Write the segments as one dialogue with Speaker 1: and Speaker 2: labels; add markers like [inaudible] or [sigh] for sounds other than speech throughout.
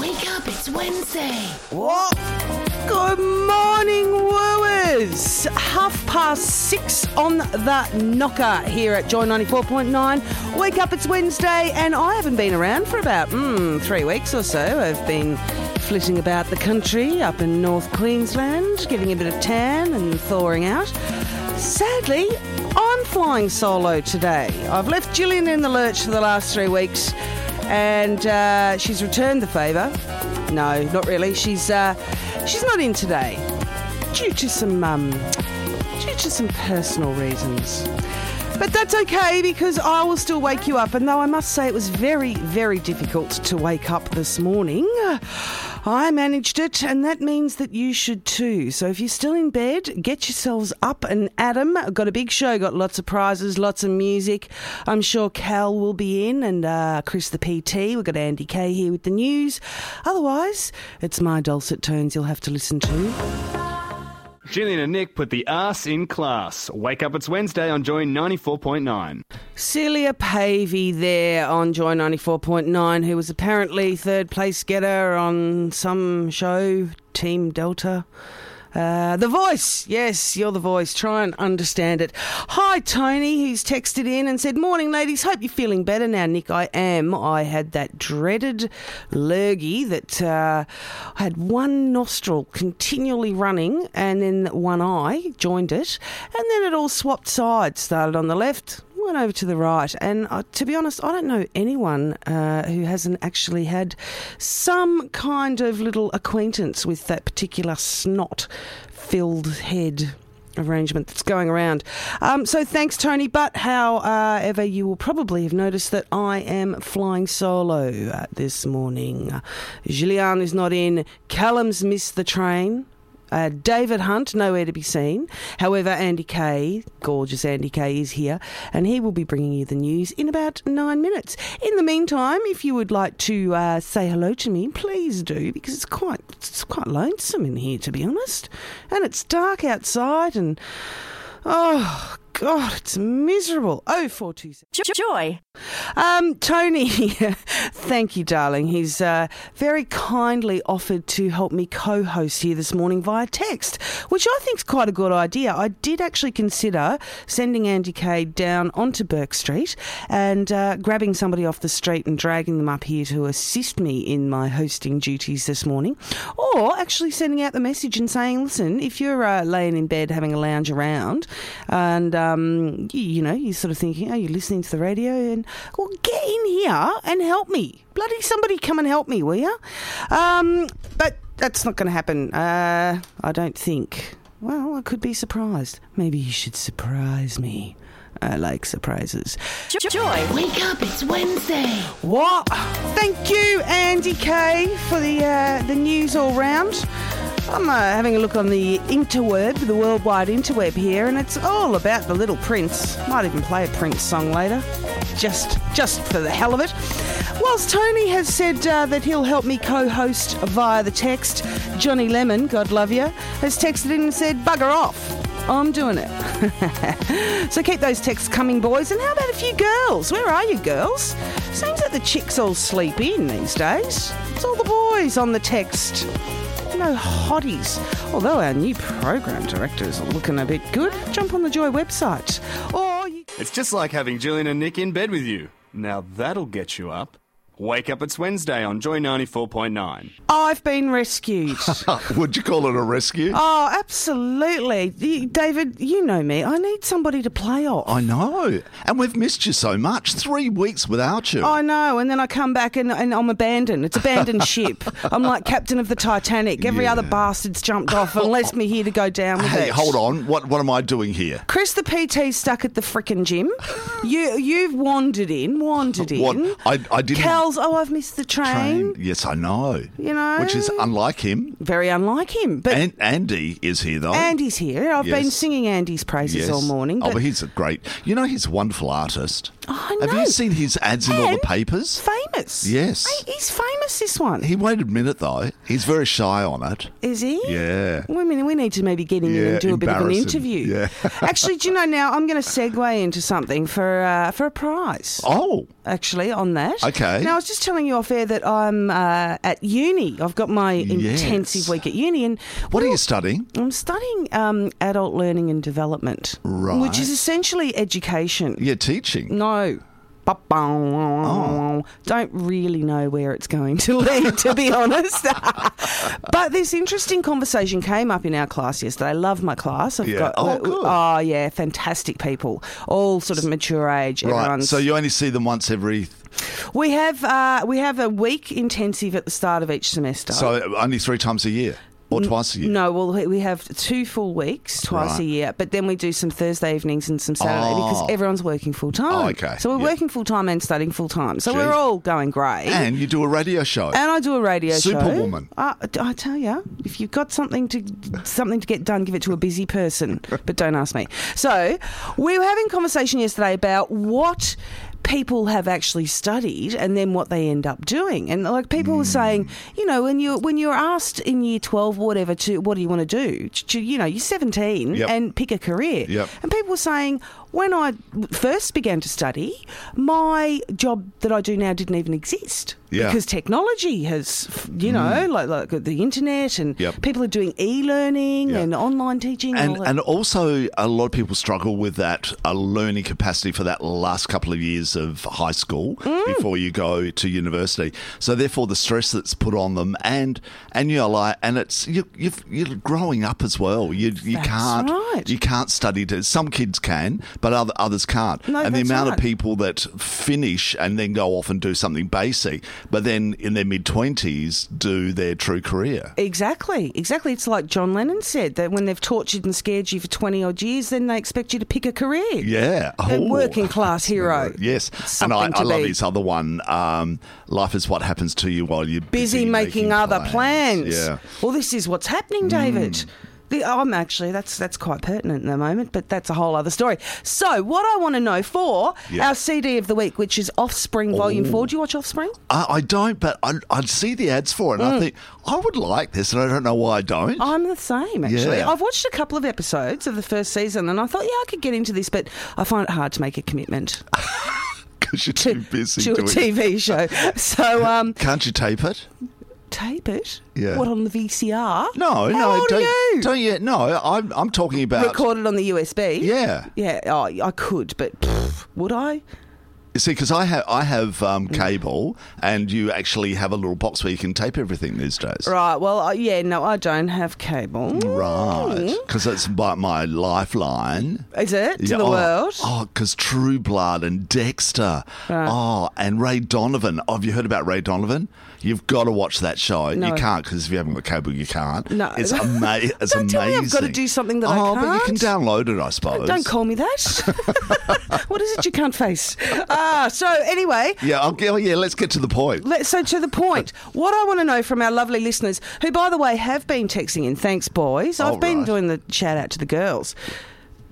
Speaker 1: Wake up, it's Wednesday.
Speaker 2: What? Good morning, wooers. Half past six on the knocker here at Joy 94.9. Wake up, it's Wednesday, and I haven't been around for about mm, three weeks or so. I've been flitting about the country up in North Queensland, getting a bit of tan and thawing out. Sadly, I'm flying solo today. I've left Gillian in the lurch for the last three weeks, and uh, she's returned the favour. No, not really. She's uh, she's not in today due to some um, due to some personal reasons. But that's okay because I will still wake you up. And though I must say it was very, very difficult to wake up this morning, I managed it, and that means that you should too. So if you're still in bed, get yourselves up and at 'em. I've Got a big show, got lots of prizes, lots of music. I'm sure Cal will be in, and uh, Chris the PT. We've got Andy Kay here with the news. Otherwise, it's my dulcet tones you'll have to listen to.
Speaker 3: Gillian and Nick put the ass in class. Wake up, it's Wednesday on Joy 94.9.
Speaker 2: Celia Pavey there on Joy 94.9, who was apparently third place getter on some show, Team Delta. Uh, the voice, yes, you're the voice. Try and understand it. Hi, Tony, who's texted in and said, Morning, ladies. Hope you're feeling better now, Nick. I am. I had that dreaded lurgy that uh, I had one nostril continually running and then one eye joined it, and then it all swapped sides. Started on the left, went over to the right, and uh, to be honest, I don't know anyone uh, who hasn't actually had some kind of little acquaintance with that particular snot-filled head arrangement that's going around. Um, so thanks, Tony. But however, you will probably have noticed that I am flying solo uh, this morning. Gillian is not in. Callum's missed the train. Uh, David Hunt, nowhere to be seen. However, Andy Kay, gorgeous Andy Kay, is here and he will be bringing you the news in about nine minutes. In the meantime, if you would like to uh, say hello to me, please do because it's quite it's quite lonesome in here, to be honest. And it's dark outside and oh god, it's miserable. Oh four two seven.
Speaker 1: Joy.
Speaker 2: Um, Tony, [laughs] thank you, darling. He's uh, very kindly offered to help me co host here this morning via text, which I think is quite a good idea. I did actually consider sending Andy Kay down onto Burke Street and uh, grabbing somebody off the street and dragging them up here to assist me in my hosting duties this morning, or actually sending out the message and saying, listen, if you're uh, laying in bed having a lounge around and, um, you, you know, you're sort of thinking, oh, you're listening to the radio and, well, get in here and help me. Bloody somebody come and help me, will you? Um, but that's not going to happen, uh, I don't think. Well, I could be surprised. Maybe you should surprise me. I like surprises.
Speaker 1: Joy. Wake up, it's Wednesday.
Speaker 2: What? Thank you, Andy Kay, for the uh, the news all round. I'm uh, having a look on the interweb, the worldwide interweb here, and it's all about the Little Prince. Might even play a Prince song later, just just for the hell of it. Whilst Tony has said uh, that he'll help me co-host via the text, Johnny Lemon, God love you, has texted in and said, "Bugger off." I'm doing it. [laughs] so keep those texts coming, boys. And how about a few girls? Where are you, girls? Seems that the chicks all sleep in these days. It's all the boys on the text. No hotties. Although our new program director is looking a bit good. Jump on the Joy website. Or you.
Speaker 3: It's just like having Gillian and Nick in bed with you. Now that'll get you up. Wake up, it's Wednesday on Joy 94.9.
Speaker 2: I've been rescued.
Speaker 4: [laughs] Would you call it a rescue?
Speaker 2: oh, absolutely. You- David, you know me. I need somebody to play off.
Speaker 4: I know. And we've missed you so much. Three weeks without you.
Speaker 2: I know, and then I come back and, and I'm abandoned. It's
Speaker 4: [laughs]
Speaker 2: abandoned ship. I'm like captain of the Titanic. Every
Speaker 4: Yeah.
Speaker 2: other bastard's jumped off and left me here to go down with
Speaker 4: hey,
Speaker 2: it.
Speaker 4: hold on. What what am I doing here?
Speaker 2: Chris, the PT's stuck at the frickin' gym. You you've wandered in, wandered in.
Speaker 4: What? I- I didn't-
Speaker 2: Cal tells, oh, I've missed the train.
Speaker 4: Train. Yes, I know.
Speaker 2: You know.
Speaker 4: Which is unlike him.
Speaker 2: Very unlike him. But
Speaker 4: And Andy is here though.
Speaker 2: Andy's here. I've been
Speaker 4: Yes.
Speaker 2: singing Andy's praises
Speaker 4: Yes.
Speaker 2: all morning.
Speaker 4: Oh,
Speaker 2: But Oh,
Speaker 4: but he's a great. You know, he's a wonderful artist.
Speaker 2: I
Speaker 4: Have
Speaker 2: know.
Speaker 4: you seen his ads in all the
Speaker 2: And he's
Speaker 4: papers?
Speaker 2: famous.
Speaker 4: Yes.
Speaker 2: Hey, He's famous, this one.
Speaker 4: He won't admit it though. He's very shy on it.
Speaker 2: Is he?
Speaker 4: Yeah.
Speaker 2: Well, I mean, we need to maybe get in
Speaker 4: Yeah,
Speaker 2: and do a bit of an
Speaker 4: embarrass him.
Speaker 2: interview.
Speaker 4: Yeah.
Speaker 2: [laughs] actually, do you know now? I'm going to segue into something for uh, for a prize.
Speaker 4: Oh,
Speaker 2: Actually, on that.
Speaker 4: Okay.
Speaker 2: Now, I was just telling you off air that I'm uh, at uni. I've got my
Speaker 4: Yes.
Speaker 2: intensive week at uni, and
Speaker 4: what are
Speaker 2: well,
Speaker 4: you studying?
Speaker 2: I'm studying um, adult learning and development,
Speaker 4: Right.
Speaker 2: Which is essentially education.
Speaker 4: You're teaching.
Speaker 2: No.
Speaker 4: Oh.
Speaker 2: Don't really know where it's going to lead, to be [laughs] honest. but this interesting conversation came up in our class yesterday. I love my class. I've
Speaker 4: Yeah.
Speaker 2: got,
Speaker 4: Oh, good.
Speaker 2: oh, yeah, fantastic people, all sort of mature age.
Speaker 4: Right.
Speaker 2: everyone's-
Speaker 4: So you only see them once every.
Speaker 2: we have uh, we have a week intensive at the start of each semester.
Speaker 4: So only three times a year or twice a year.
Speaker 2: No, well, we- we have two full weeks twice a
Speaker 4: Right.
Speaker 2: year, but then we do some Thursday evenings and some Saturday
Speaker 4: Oh.
Speaker 2: because everyone's working full time.
Speaker 4: Oh, okay.
Speaker 2: So we're
Speaker 4: Yeah.
Speaker 2: working full time and studying full time. So
Speaker 4: Gee.
Speaker 2: we're all going grey.
Speaker 4: And you do a radio show.
Speaker 2: And I do a radio show.
Speaker 4: Superwoman.
Speaker 2: I, I tell you, if you've got something to something to get done, give it to a busy
Speaker 4: [laughs]
Speaker 2: person. but don't ask me. So we were having a conversation yesterday about what people have actually studied and then what they end up doing. And like people
Speaker 4: Hmm.
Speaker 2: were saying, you know, when you when you're asked in year twelve, or whatever, to what do you want to do? Ch- ch- You know, you're seventeen
Speaker 4: Yep.
Speaker 2: and pick a career.
Speaker 4: Yep.
Speaker 2: And people were saying. When I first began to study, my job that I do now didn't even exist
Speaker 4: Yeah.
Speaker 2: because technology has, you know, like, like the internet and
Speaker 4: Mm. Yep.
Speaker 2: people are doing e-learning
Speaker 4: Yeah.
Speaker 2: and online teaching. And,
Speaker 4: And,
Speaker 2: all that.
Speaker 4: and also, a lot of people struggle with that uh, learning capacity for that last couple of years of high school
Speaker 2: Mm.
Speaker 4: before you go to university. So, therefore, the stress that's put on them, and and you're like, and it's you, you've, you're growing up as well. You you
Speaker 2: That's
Speaker 4: can't
Speaker 2: right.
Speaker 4: you can't study. To, some kids can, but other, others can't.
Speaker 2: No,
Speaker 4: and the
Speaker 2: that's
Speaker 4: amount
Speaker 2: right.
Speaker 4: of people that finish and then go off and do something basic, but then in their mid twenties do their true career.
Speaker 2: exactly, exactly. It's like John Lennon said that when they've tortured and scared you for 20 odd years, then they expect you to pick a career.
Speaker 4: Yeah,
Speaker 2: A
Speaker 4: Oh.
Speaker 2: working
Speaker 4: [laughs]
Speaker 2: class hero.
Speaker 4: Yes,
Speaker 2: Something
Speaker 4: and
Speaker 2: to
Speaker 4: I, I love
Speaker 2: be.
Speaker 4: his other one. Um, Life is what happens to you while you're
Speaker 2: busy, making, other plans.
Speaker 4: Yeah, Mm.
Speaker 2: Well, this is what's happening, David. The, I'm actually that's that's quite pertinent in the moment, but that's a whole other story. So, what I want to know for
Speaker 4: Yeah.
Speaker 2: our CD of the week, which is Offspring Volume
Speaker 4: Ooh.
Speaker 2: Four. Do you watch Offspring?
Speaker 4: I, I don't, but I, I see the ads for it. and I think I would like this, and I don't know why I don't.
Speaker 2: Mm. I'm the same, actually.
Speaker 4: Yeah.
Speaker 2: I've watched a couple of episodes of the first season, and I thought, yeah, I could get into this, but I find it hard to make a
Speaker 4: [laughs]
Speaker 2: commitment
Speaker 4: Because you're
Speaker 2: to,
Speaker 4: too busy
Speaker 2: to a
Speaker 4: doing.
Speaker 2: TV show. So, um,
Speaker 4: Can't you tape it?
Speaker 2: tape it.
Speaker 4: Yeah.
Speaker 2: What on the VCR?
Speaker 4: No,
Speaker 2: How
Speaker 4: no,
Speaker 2: old are
Speaker 4: don't
Speaker 2: you?
Speaker 4: don't you? No, I'm I'm talking about.
Speaker 2: Recorded on the USB.
Speaker 4: Yeah.
Speaker 2: Yeah, oh, I could, but pff, would I?
Speaker 4: You see, because I have I have
Speaker 2: Mm.
Speaker 4: um, cable, and you actually have a little box where you can tape everything these days.
Speaker 2: Right. Well, I- yeah, no, I don't have cable.
Speaker 4: Right, because it's my, my lifeline.
Speaker 2: Mm. Is it to
Speaker 4: Yeah,
Speaker 2: the
Speaker 4: oh,
Speaker 2: world?
Speaker 4: Oh, because True Blood and Dexter. Oh, and Ray Donovan. Oh, have you heard about Ray Donovan? You've got to watch that show.
Speaker 2: No.
Speaker 4: You can't because if you haven't got cable, you can't.
Speaker 2: No. [laughs]
Speaker 4: it's, ama- it's
Speaker 2: Don't
Speaker 4: amazing.
Speaker 2: tell me I've gotta do something that I
Speaker 4: Oh, but you can
Speaker 2: can't.
Speaker 4: download it, I suppose.
Speaker 2: Don't call me
Speaker 4: [laughs]
Speaker 2: that. [laughs] what is it you can't face? Ah, so anyway,
Speaker 4: Yeah, I'll, oh, yeah. Let's get to the point.
Speaker 2: Let, so to the point, what I want to know from our lovely listeners, who by the way have been texting in, thanks boys. I've
Speaker 4: All
Speaker 2: been
Speaker 4: right.
Speaker 2: doing the shout out to the girls.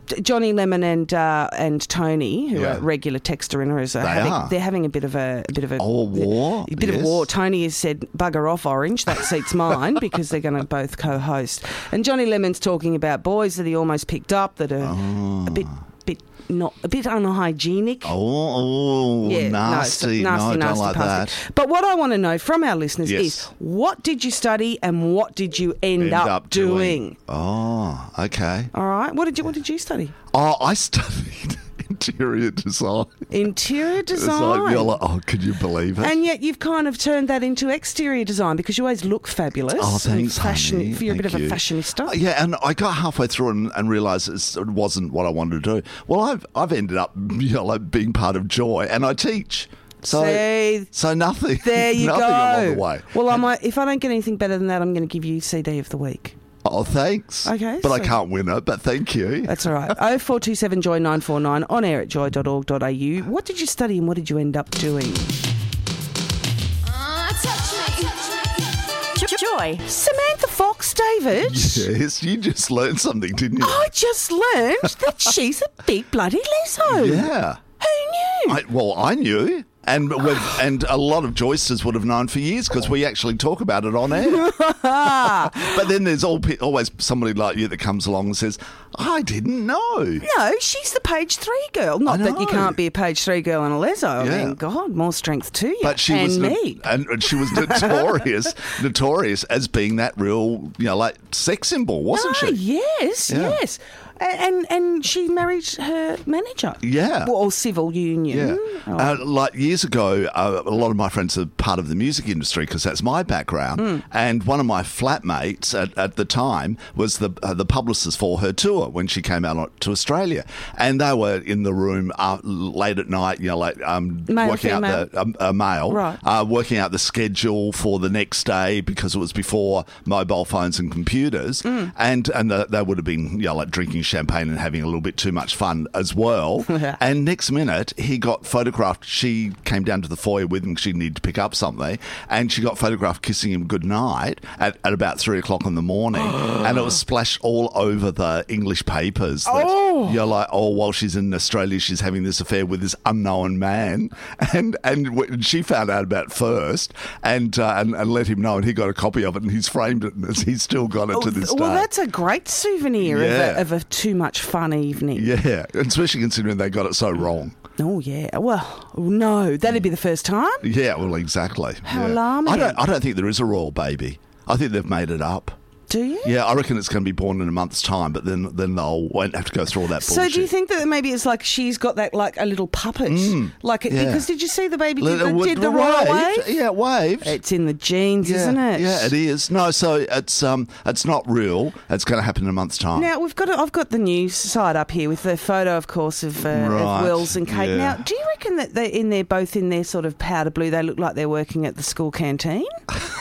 Speaker 2: D- Johnny Lemon and uh, and Tony, who
Speaker 4: Yeah.
Speaker 2: are regular texterers, are
Speaker 4: They
Speaker 2: having
Speaker 4: are.
Speaker 2: they're having a bit of a, a bit of a
Speaker 4: Oh, a war?
Speaker 2: a bit of
Speaker 4: Yes.
Speaker 2: war. Tony has said bugger off, Orange. That seat's mine because they're going to both co-host. And Johnny Lemon's talking about boys that he almost picked up that are
Speaker 4: Ah.
Speaker 2: a bit bit not a bit unhygienic
Speaker 4: Oh, oh nasty.
Speaker 2: no,
Speaker 4: no,
Speaker 2: nasty,
Speaker 4: I don't
Speaker 2: nasty,
Speaker 4: like
Speaker 2: nasty.
Speaker 4: that.
Speaker 2: But what I want to know from our listeners
Speaker 4: Yes.
Speaker 2: is what did you study and what did you end,
Speaker 4: End
Speaker 2: up,
Speaker 4: up
Speaker 2: doing?
Speaker 4: doing. Oh, okay.
Speaker 2: All right. What did you What did you study?
Speaker 4: Oh, I studied [laughs] interior design.
Speaker 2: Interior
Speaker 4: It's
Speaker 2: design.
Speaker 4: like, you're like, oh, could you believe it?
Speaker 2: and yet you've kind of turned that into exterior design because you always look fabulous.
Speaker 4: Oh,
Speaker 2: and
Speaker 4: thanks,
Speaker 2: fashion,
Speaker 4: honey.
Speaker 2: You're a bit
Speaker 4: Thank
Speaker 2: of a
Speaker 4: you.
Speaker 2: fashionista.
Speaker 4: Uh, Yeah, and I got halfway through and, and realised it's- it wasn't what I wanted to do. Well, I've I've ended up [laughs] you know, like being part of Joy, and I teach. So
Speaker 2: See?
Speaker 4: so nothing.
Speaker 2: There you
Speaker 4: [laughs] nothing
Speaker 2: go.
Speaker 4: along the way.
Speaker 2: Well, I might, if I don't get anything better than that, I'm going to give you CD of the week.
Speaker 4: oh, thanks.
Speaker 2: Okay,
Speaker 4: but I
Speaker 2: so-
Speaker 4: can't win it. But thank you.
Speaker 2: That's all right. Oh, 0427 Joy 949 on air at joy.org.au. What did you study and what did you end up doing?
Speaker 5: Joy.
Speaker 2: Samantha Fox, David.
Speaker 4: [laughs] Yes, you just learned something, didn't you?
Speaker 2: I just
Speaker 4: [laughs]
Speaker 2: learned that she's a big bloody leso.
Speaker 4: yeah.
Speaker 2: Who knew?
Speaker 4: I, well, I knew. And we've, and a lot of joysters would have known for years because we actually talk about it on air. but then there's all, pe- always somebody like you that comes along and says, "I didn't know."
Speaker 2: no, she's the page three girl. Not that you
Speaker 4: know.
Speaker 2: can't be a page three girl and a leso. I
Speaker 4: Yeah.
Speaker 2: mean, God, more strength to you.
Speaker 4: But she
Speaker 2: and
Speaker 4: was uh, no-
Speaker 2: me.
Speaker 4: and and she was notorious, notorious as being that real, you know, like sex symbol, wasn't
Speaker 2: Ah,
Speaker 4: she?
Speaker 2: yes,
Speaker 4: Yeah.
Speaker 2: yes. A- And and she married her manager.
Speaker 4: Yeah.
Speaker 2: Well, or civil union.
Speaker 4: Yeah.
Speaker 2: Oh,
Speaker 4: Uh, like years ago, uh, a lot of my friends are part of the music industry because that's my background.
Speaker 2: Mm.
Speaker 4: And one of my flatmates at, at the time was the uh, the publicist for her tour when she came out on- to Australia. And they were in the room uh, late at night, you know, like um,
Speaker 2: Male,
Speaker 4: working
Speaker 2: female?
Speaker 4: out the um, a male,
Speaker 2: Right.
Speaker 4: uh, working out the schedule for the next day because it was before mobile phones and computers. And and the, they would have been, you know, like drinking champagne and having a little bit too much fun as well. And next minute, he got photographed. She came down to the foyer with him 'cause she needed to pick up something. And she got photographed kissing him goodnight at, at about three o'clock in the
Speaker 2: [gasps]
Speaker 4: morning. and it was splashed all over the English papers. That, You're like, oh, while she's in Australia, she's having this affair with this unknown man. [laughs] And and w- she found out about it first and, uh, and and let him know. And he got a copy of it and he's framed it and [laughs] he's still got it to this
Speaker 2: Oh, well,
Speaker 4: day.
Speaker 2: that's a great souvenir
Speaker 4: Yeah.
Speaker 2: of, a, of a too much fun evening.
Speaker 4: yeah, and especially considering they got it so wrong.
Speaker 2: Oh yeah. Well, no, that'd be the first time.
Speaker 4: Yeah, well, exactly.
Speaker 2: How
Speaker 4: yeah.
Speaker 2: alarming.
Speaker 4: I don't, I don't think there is a royal baby. I think they've made it up.
Speaker 2: Do you?
Speaker 4: Yeah, I reckon it's going to be born in a month's time, but then then they'll won't have to go through all that
Speaker 2: So
Speaker 4: bullshit.
Speaker 2: do you think that maybe it's like she's got that like a little puppet, like it,
Speaker 4: Mm. yeah.
Speaker 2: because did you see the baby did,
Speaker 4: Little-
Speaker 2: the,
Speaker 4: would-
Speaker 2: did the royal wave?
Speaker 4: Yeah, waved.
Speaker 2: It's in the genes,
Speaker 4: yeah.
Speaker 2: isn't it?
Speaker 4: Yeah, it is. No, so it's um, it's not real. It's going to happen in a month's time.
Speaker 2: Now we've got. A, I've got the news side up here with the photo, of course, of, uh,
Speaker 4: Right,
Speaker 2: of Wills and Kate.
Speaker 4: yeah.
Speaker 2: Now, do you reckon that they're in there both in their sort of powder blue? They look like they're working at the school canteen.
Speaker 4: [laughs]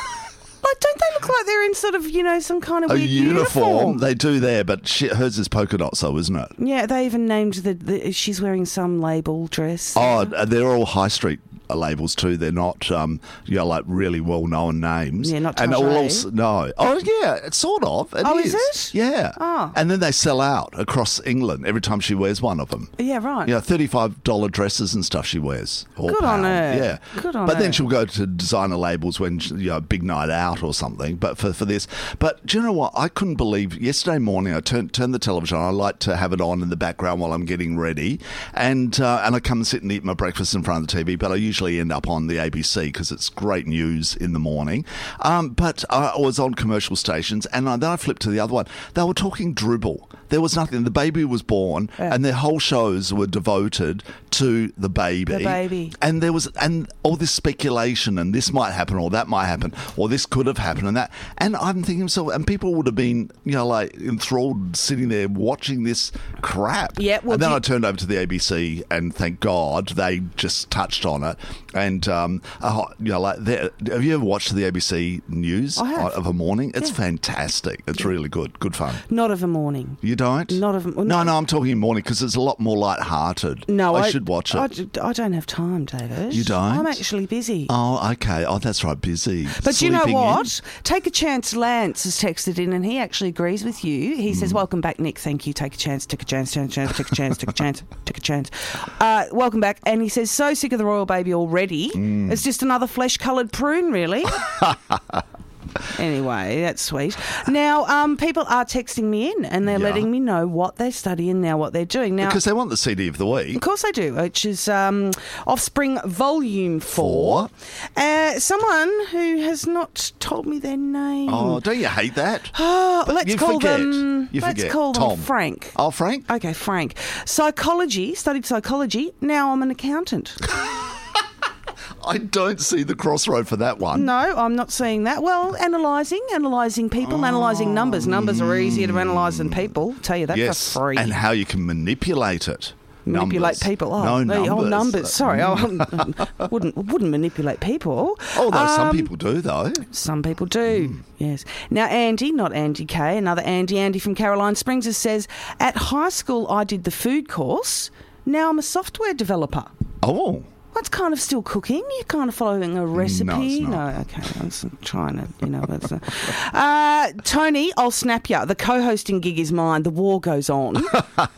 Speaker 2: like, don't they look like they're in sort of you know some kind of
Speaker 4: a
Speaker 2: weird
Speaker 4: uniform,
Speaker 2: uniform?
Speaker 4: they do there, but she, hers is polka dots, though, isn't it?
Speaker 2: yeah, they even named the, the. She's wearing some label dress.
Speaker 4: Oh, they're all high street labels too. They're not, um, you know, like really well known names.
Speaker 2: Yeah, not
Speaker 4: and all
Speaker 2: Target.
Speaker 4: else, no. Oh, yeah, it's sort of. It
Speaker 2: Oh, is it?
Speaker 4: Yeah.
Speaker 2: Oh.
Speaker 4: And then they sell out across England every time she wears one of them.
Speaker 2: yeah, right.
Speaker 4: Yeah, thirty-five dollar dresses and stuff she wears. Or
Speaker 2: Good on
Speaker 4: pound.
Speaker 2: her.
Speaker 4: Yeah,
Speaker 2: Good on
Speaker 4: But
Speaker 2: her.
Speaker 4: then she'll go to designer labels when she- you know big night out or something. But for, for this, but do you know what? I couldn't believe yesterday morning. I turned turned the television. on. I like to have it on in the background while I'm getting ready, and uh, and I come and sit and eat my breakfast in front of the TV. But I usually end up on the ABC because it's great news in the morning. Um, but I was on commercial stations, and I, then I flipped to the other one. They were talking dribble. There was nothing. The baby was born, and their whole shows were devoted to the baby.
Speaker 2: The baby.
Speaker 4: And there was and all this speculation, and this might happen, or that might happen, or this could have happened, and that. And I'm thinking to myself, and people would have been, you know, like enthralled sitting there watching this crap.
Speaker 2: Yeah, well,
Speaker 4: and then
Speaker 2: do you-
Speaker 4: I turned over to the ABC, and thank God they just touched on it. And um, oh, you know, like there- have you ever watched the ABC news
Speaker 2: I have.
Speaker 4: of a morning? It's fantastic. It's really good. Good fun.
Speaker 2: Not of a morning.
Speaker 4: You don't?
Speaker 2: Not of-
Speaker 4: no, no. I'm talking morning because it's a lot more lighthearted.
Speaker 2: No,
Speaker 4: I, should watch it.
Speaker 2: I, I don't have time, David.
Speaker 4: You don't?
Speaker 2: I'm actually busy.
Speaker 4: Oh, okay. Oh, that's right. Busy.
Speaker 2: But you know
Speaker 4: Sleeping in.
Speaker 2: what? Take a chance. Lance has texted in, and he actually agrees with you. He
Speaker 4: Mm.
Speaker 2: says, "Welcome back, Nick. Thank you. Take a chance. Take a chance. Chance. Chance. Take a chance. Take a chance. Take a chance." Uh, welcome back, and he says, "So sick of the royal baby already.
Speaker 4: Mm.
Speaker 2: It's just another flesh-coloured prune,
Speaker 4: [laughs]
Speaker 2: really." Anyway, that's sweet. Now, um, people are texting me in, and they're
Speaker 4: Yeah.
Speaker 2: letting me know what they study and now what they're doing. Now,
Speaker 4: Because they want the CD of the week.
Speaker 2: of course I do, which is um, Offspring Volume 4.
Speaker 4: Four.
Speaker 2: Uh, someone who has not told me their name.
Speaker 4: Oh, don't you
Speaker 2: [gasps]
Speaker 4: hate that?
Speaker 2: Oh,
Speaker 4: But
Speaker 2: let's
Speaker 4: you
Speaker 2: call
Speaker 4: forget.
Speaker 2: them.
Speaker 4: You
Speaker 2: let's
Speaker 4: forget.
Speaker 2: call them
Speaker 4: Tom.
Speaker 2: Frank.
Speaker 4: Oh, Frank.
Speaker 2: Okay, Frank. Psychology, studied psychology. Now I'm an
Speaker 4: [laughs]
Speaker 2: accountant.
Speaker 4: I don't see the crossroad for that one.
Speaker 2: No, I'm not seeing that. Well, analysing, analysing people,
Speaker 4: Oh,
Speaker 2: analysing numbers. Numbers are easier to analyse than people. Tell you that
Speaker 4: mm. yes.
Speaker 2: for free.
Speaker 4: And how you can manipulate it.
Speaker 2: manipulate
Speaker 4: Numbers.
Speaker 2: people.
Speaker 4: no
Speaker 2: Oh,
Speaker 4: numbers.
Speaker 2: numbers. Oh, numbers. Sorry,
Speaker 4: [laughs]
Speaker 2: I wouldn't wouldn't manipulate people.
Speaker 4: Although some
Speaker 2: Um,
Speaker 4: people do, though.
Speaker 2: Some people do,
Speaker 4: Mm.
Speaker 2: yes. Now, Andy, not Andy K, another Andy, Andy from Caroline Springs, says, At high school, I did the food course. Now I'm a software developer.
Speaker 4: Oh.
Speaker 2: That's kind of still cooking. You're kind of following a recipe.
Speaker 4: not.
Speaker 2: okay. I'm s- trying to, you know. That's a, uh, Tony, I'll snap you. The co-hosting gig is mine. The war goes
Speaker 4: [laughs]
Speaker 2: on.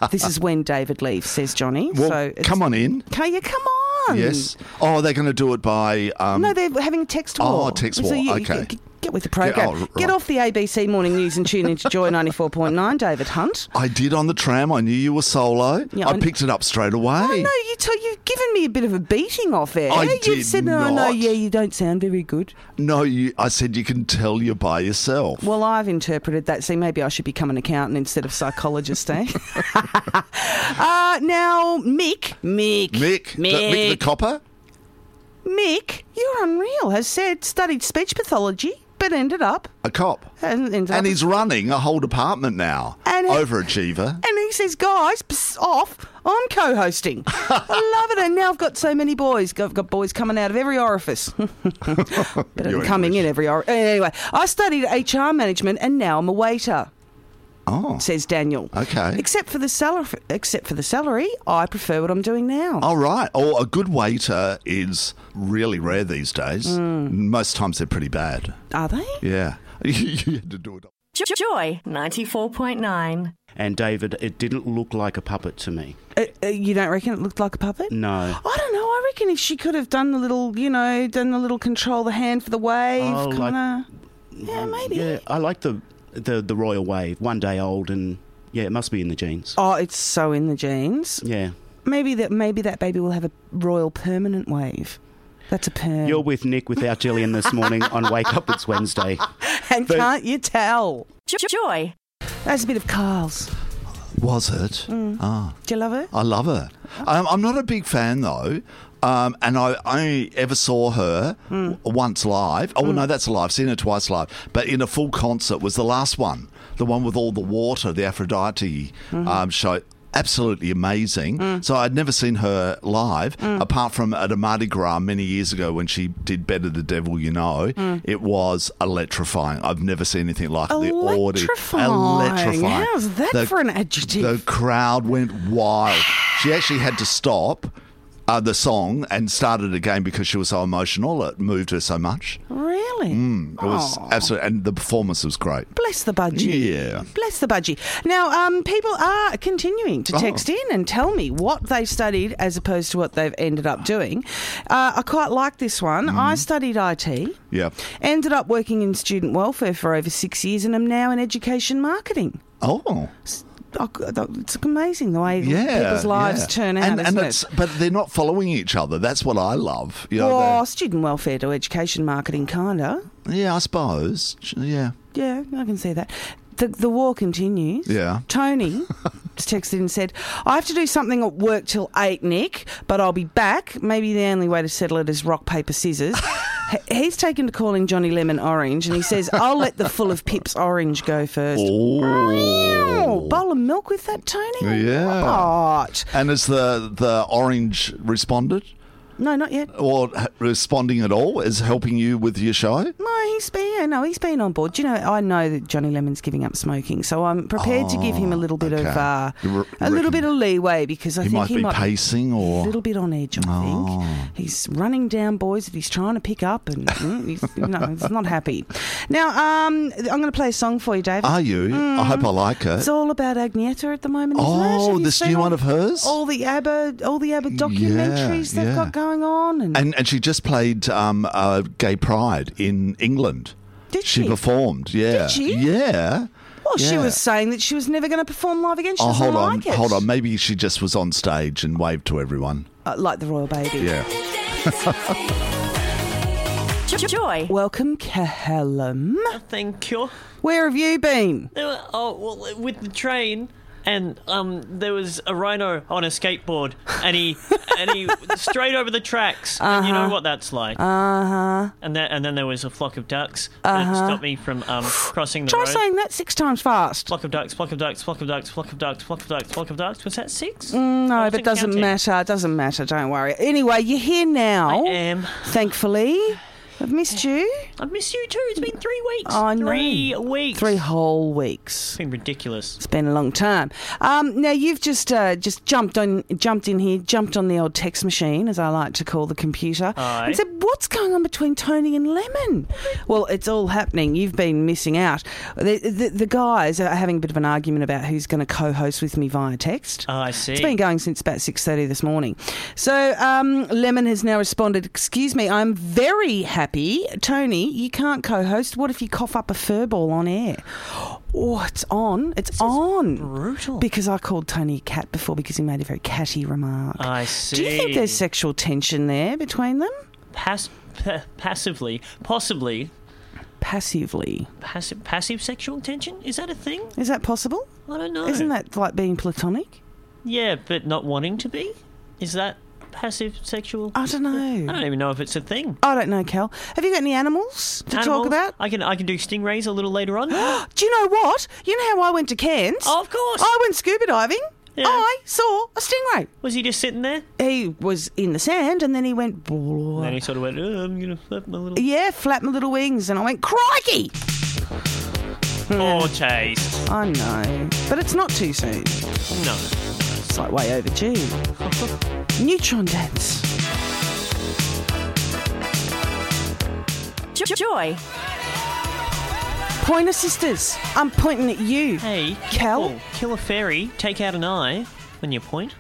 Speaker 2: this is when David leaves, says Johnny.
Speaker 4: Well,
Speaker 2: so it's-
Speaker 4: come on in.
Speaker 2: Can you come on?
Speaker 4: Yes. Oh, they're going to do it by. Um,
Speaker 2: No, they're having a text
Speaker 4: Oh,
Speaker 2: war.
Speaker 4: text
Speaker 2: So
Speaker 4: war,
Speaker 2: you,
Speaker 4: okay.
Speaker 2: Get, get with the program.
Speaker 4: oh, right.
Speaker 2: Get off the ABC morning news and tune into
Speaker 4: [laughs]
Speaker 2: Joy ninety four point nine. David Hunt.
Speaker 4: I did on the tram. I knew you were solo.
Speaker 2: Yeah,
Speaker 4: I
Speaker 2: I-
Speaker 4: picked it up straight away.
Speaker 2: I know Oh, you. T- you've given me a bit of a beating off there.
Speaker 4: I
Speaker 2: You've
Speaker 4: did
Speaker 2: said, "No, no,
Speaker 4: not.
Speaker 2: yeah, you don't sound very good."
Speaker 4: No, you, I said you can tell you're by yourself.
Speaker 2: Well, I've interpreted that. See, maybe I should become an accountant instead of psychologist, eh? [laughs] uh, now, Mick, Mick,
Speaker 4: Mick, the, Mick the
Speaker 2: Mick,
Speaker 4: copper.
Speaker 2: Mick, you're unreal. Has said studied speech pathology, but ended up
Speaker 4: A cop.
Speaker 2: and ended up
Speaker 4: And he's running a whole department now.
Speaker 2: And he-
Speaker 4: Overachiever.
Speaker 2: And he says, guys, piss off. I'm co
Speaker 4: [laughs]
Speaker 2: hosting. I love it. And now I've got so many boys. I've got boys coming out of every orifice. [laughs] Better than
Speaker 4: Your
Speaker 2: coming
Speaker 4: English.
Speaker 2: in every orifice. Anyway, I studied HR management and now I'm a waiter.
Speaker 4: Oh.
Speaker 2: Says Daniel.
Speaker 4: Okay.
Speaker 2: Except for the salary, except for the salary, I prefer what I'm doing now.
Speaker 4: All right. Oh, a good waiter is really rare these days.
Speaker 2: Hmm.
Speaker 4: Most times they're pretty bad.
Speaker 2: Are they?
Speaker 4: Yeah. [laughs] you had to do it.
Speaker 5: Joy 94.9.
Speaker 6: And David, it didn't look like a puppet to me.
Speaker 2: Uh, uh, you don't reckon it looked like a puppet?
Speaker 6: No.
Speaker 2: I don't know. I reckon if she could have done the little, you know, done the little control the hand for the wave,
Speaker 6: Oh, like-
Speaker 2: kind of. yeah, maybe.
Speaker 6: Yeah, I like the the the royal wave, one day old, and yeah, it must be in the jeans.
Speaker 2: Oh, it's so in the jeans.
Speaker 6: Yeah,
Speaker 2: Maybe that maybe that baby will have a royal permanent wave. That's a perm.
Speaker 6: you're with Nick without Gillian this morning on Wake Up. It's Wednesday.
Speaker 2: [laughs] and
Speaker 6: the-
Speaker 2: can't you tell?
Speaker 5: Joy.
Speaker 2: That's a bit of Carl's.
Speaker 4: Was it?
Speaker 2: Hmm.
Speaker 4: Ah.
Speaker 2: Do you love it?
Speaker 4: I love her. Um, I'm not a big fan though. Um, and I only ever saw her w- once live. Oh, well, no, that's live. Seen her twice live, but in a full concert was the last one, the one with all the water, the Aphrodite um, show. Absolutely amazing. So I'd never seen her live, apart from at a Mardi Gras many years ago when she did "Better the Devil You Know." It was electrifying. I've never seen anything like it. The audio,
Speaker 2: Electrifying. How's that
Speaker 4: The-
Speaker 2: for an adjective?
Speaker 4: the crowd went wild. She actually had to stop uh, the song and start it again because she was so emotional. It moved her so much.
Speaker 2: really?
Speaker 4: It was absolutely, and the performance was great.
Speaker 2: Bless the budgie.
Speaker 4: Yeah.
Speaker 2: Bless the budgie. Now, um, people are continuing
Speaker 4: Oh.
Speaker 2: to text in and tell me what they studied as opposed to what they've ended up doing. Uh, I quite like this one. I studied IT.
Speaker 4: Mm. Yeah.
Speaker 2: Ended up working in student welfare for over six years and am now in education marketing.
Speaker 4: Oh,
Speaker 2: Oh, God, that- It's amazing the way
Speaker 4: yeah.
Speaker 2: people's lives
Speaker 4: yeah.
Speaker 2: turn out,
Speaker 4: and,
Speaker 2: isn't
Speaker 4: and
Speaker 2: it?
Speaker 4: it's but they're not following each other. That's what I love. You know,
Speaker 2: Well,
Speaker 4: they're-
Speaker 2: student welfare to education marketing, kinda.
Speaker 4: yeah, I suppose. Yeah,
Speaker 2: Yeah, I can see that. The, the war continues.
Speaker 4: Yeah. [laughs]
Speaker 2: Tony just texted and said, I have to do something at work till 8, Nick, but I'll be back. Maybe the only way to settle it is rock, paper,
Speaker 4: [laughs]
Speaker 2: scissors. H- He's taken to calling Johnny Lemon orange, and he says, I'll let the full of pips orange go first. Oh, bowl of milk with that, Tony?
Speaker 4: Yeah.
Speaker 2: What?
Speaker 4: and is the the orange responded
Speaker 2: No, not yet.
Speaker 4: or h- responding at all? Is helping you with your show?
Speaker 2: No, Oh, he's been yeah, no, he's been on board. Do you know, I know that Johnny Lemon's giving up smoking, so I'm prepared to give him a little bit
Speaker 4: Oh, okay.
Speaker 2: of uh,
Speaker 4: You re-
Speaker 2: a little
Speaker 4: reckon
Speaker 2: bit of leeway because I
Speaker 4: He
Speaker 2: think
Speaker 4: might
Speaker 2: he
Speaker 4: be Oh.
Speaker 2: might
Speaker 4: pacing
Speaker 2: a
Speaker 4: or
Speaker 2: little bit on edge. I think he's running down boys that he's trying to pick up, and mm, he's, no, he's not happy. Now, um, I'm going to play a song for you, David.
Speaker 4: Are you? I
Speaker 2: Mm.
Speaker 4: hope I like it.
Speaker 2: it's all about Agneta at the moment. isn't it?
Speaker 4: Oh,
Speaker 2: Have you
Speaker 4: this
Speaker 2: seen
Speaker 4: new
Speaker 2: all-
Speaker 4: one of hers?
Speaker 2: All the ABBA, all the ABBA documentaries they've
Speaker 4: yeah.
Speaker 2: got going on, and,
Speaker 4: and and she just played um, uh, Gay Pride in England.
Speaker 2: Did she?
Speaker 4: performed? Yeah.
Speaker 2: Did she?
Speaker 4: Yeah.
Speaker 2: well, she
Speaker 4: yeah.
Speaker 2: was saying that she was never going to perform live again. She
Speaker 4: Oh,
Speaker 2: doesn't
Speaker 4: hold on,
Speaker 2: like it.
Speaker 4: hold on. Maybe she just was on stage and waved to everyone.
Speaker 2: Uh, like the royal baby.
Speaker 4: Yeah.
Speaker 5: Joy.
Speaker 2: Welcome, Callum.
Speaker 7: Thank you.
Speaker 2: Where have you been?
Speaker 7: There were- oh well, with the train, and um, there was a rhino on a skateboard, and he
Speaker 2: [laughs]
Speaker 7: and he straight over the tracks. And you
Speaker 2: Uh-huh.
Speaker 7: know what that's like. Uh huh. And then and then there was a flock of ducks that stopped me from um, crossing the
Speaker 2: Uh-huh. Try
Speaker 7: road.
Speaker 2: saying that six times fast.
Speaker 7: Flock of ducks, flock of ducks, flock of ducks, flock of ducks, flock of ducks, flock of ducks. Was that six?
Speaker 2: Mm, No,
Speaker 7: I
Speaker 2: but it
Speaker 7: wasn't
Speaker 2: doesn't
Speaker 7: counting.
Speaker 2: matter. It doesn't matter. Don't worry. Anyway, you're here now.
Speaker 7: I am.
Speaker 2: Thankfully. I've missed you.
Speaker 7: I've missed you too. It's been three weeks.
Speaker 2: I know.
Speaker 7: Three weeks.
Speaker 2: Three whole weeks.
Speaker 7: It's been ridiculous.
Speaker 2: It's been a long time. Um, now you've just uh, just jumped on jumped in here, jumped on the old text machine, as I like to call the computer,
Speaker 7: Aye.
Speaker 2: and said, "What's going on between Tony and Lemon?" Well, it's all happening. You've been missing out. The, the, the guys are having a bit of an argument about who's going to co-host with me via text.
Speaker 7: Oh, I see.
Speaker 2: It's been going since about six thirty this morning. So um, Lemon has now responded. Excuse me, I'm very happy, Tony. You can't co-host. What if you cough up a furball on air? Oh, it's on. It's on.
Speaker 7: brutal.
Speaker 2: Because I called Tony a cat before because he made a very catty remark.
Speaker 7: I see.
Speaker 2: Do you think there's sexual tension there between them?
Speaker 7: Pass- pa- passively, possibly
Speaker 2: Passively,
Speaker 7: passive passive sexual tension? Is that a thing?
Speaker 2: is that possible?
Speaker 7: I don't know.
Speaker 2: Isn't that like being platonic?
Speaker 7: Yeah, but not wanting to be? Is that passive sexual?
Speaker 2: I don't
Speaker 7: [laughs]
Speaker 2: know.
Speaker 7: I don't even know if it's a thing.
Speaker 2: I don't know, Cal. Have you got any animals to talk
Speaker 7: Animals?
Speaker 2: about?
Speaker 7: I can I can do stingrays a little later
Speaker 2: [gasps]
Speaker 7: on.
Speaker 2: Do you know what? You know how I went to Cairns?
Speaker 7: Oh, of course.
Speaker 2: I went scuba diving.
Speaker 7: Yeah.
Speaker 2: I saw a stingray.
Speaker 7: Was he just sitting there?
Speaker 2: He was in the sand and then he went,
Speaker 7: And then he sort of went, oh, I'm gonna flap my little
Speaker 2: yeah, flap my little wings. And I went, crikey!
Speaker 7: poor taste.
Speaker 2: I know. But it's not too soon.
Speaker 7: No.
Speaker 2: It's like way overdue.
Speaker 7: [laughs]
Speaker 2: Neutron dance.
Speaker 5: Jo- Joy.
Speaker 2: Pointer sisters. I'm pointing at
Speaker 7: [laughs]
Speaker 2: you. [laughs]
Speaker 7: Hey,
Speaker 2: Cal?
Speaker 7: oh, kill a fairy, take out an eye when you point.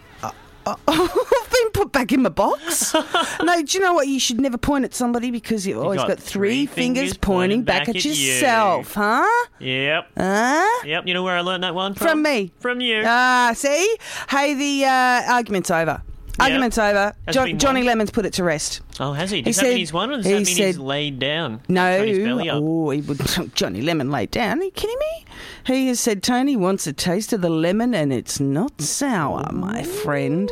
Speaker 2: I've been put back in my
Speaker 7: [laughs]
Speaker 2: box. no, do you know what? You should never point at somebody because you've always
Speaker 7: got
Speaker 2: got, three,
Speaker 7: three
Speaker 2: fingers,
Speaker 7: fingers
Speaker 2: pointing back, at,
Speaker 7: you.
Speaker 2: yourself, huh?
Speaker 7: Yep.
Speaker 2: Huh?
Speaker 7: Yep. You know where I learned that one from?
Speaker 2: From me.
Speaker 7: From you.
Speaker 2: Ah, see? Hey, the uh, argument's over. Argument's over.
Speaker 7: Has
Speaker 2: Jo-
Speaker 7: been won.
Speaker 2: Johnny Lemon's put it to rest.
Speaker 7: oh, has he?
Speaker 2: he
Speaker 7: Does that
Speaker 2: said-
Speaker 7: mean he's won or does
Speaker 2: he
Speaker 7: that mean he's
Speaker 2: said-
Speaker 7: laid down?
Speaker 2: No,
Speaker 7: Got his belly up.
Speaker 2: oh, he would, [laughs] Johnny Lemon laid down. Are you kidding me? He has said Tony wants a taste of the lemon, and it's not sour, my friend.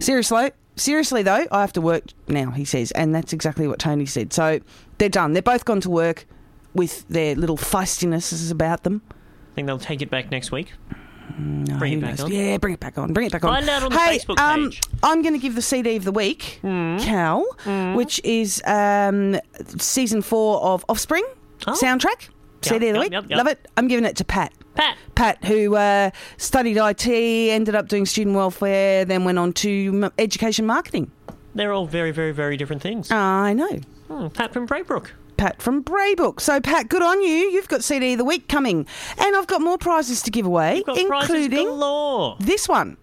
Speaker 2: Seriously, seriously though, I have to work now. He says, and that's exactly what Tony said. So they're done. They're both gone to work with their little feistinesses about them.
Speaker 7: think they'll take it back next week.
Speaker 2: Mm, No,
Speaker 7: Bring
Speaker 2: who
Speaker 7: it back on.
Speaker 2: Yeah, bring it back on. Bring it back on.
Speaker 7: Find out on the
Speaker 2: hey,
Speaker 7: Facebook
Speaker 2: um,
Speaker 7: page. Mm.
Speaker 2: I'm going to give the CD of the week, Cal, which is um, season four of Offspring
Speaker 7: Oh.
Speaker 2: soundtrack. CD of the
Speaker 7: yep,
Speaker 2: week.
Speaker 7: yep, yep.
Speaker 2: Love it. I'm giving it to Pat.
Speaker 7: Pat.
Speaker 2: Pat, who uh, studied IT, ended up doing student welfare, then went on to m- education marketing.
Speaker 7: They're all very, very, very different things.
Speaker 2: I know.
Speaker 7: Hmm, Pat from Braybrook.
Speaker 2: Pat from Braybook. So, Pat, good on you. You've got CD of the week coming. And I've got more prizes to give away,
Speaker 7: Got prizes
Speaker 2: including.
Speaker 7: galore.
Speaker 2: This one.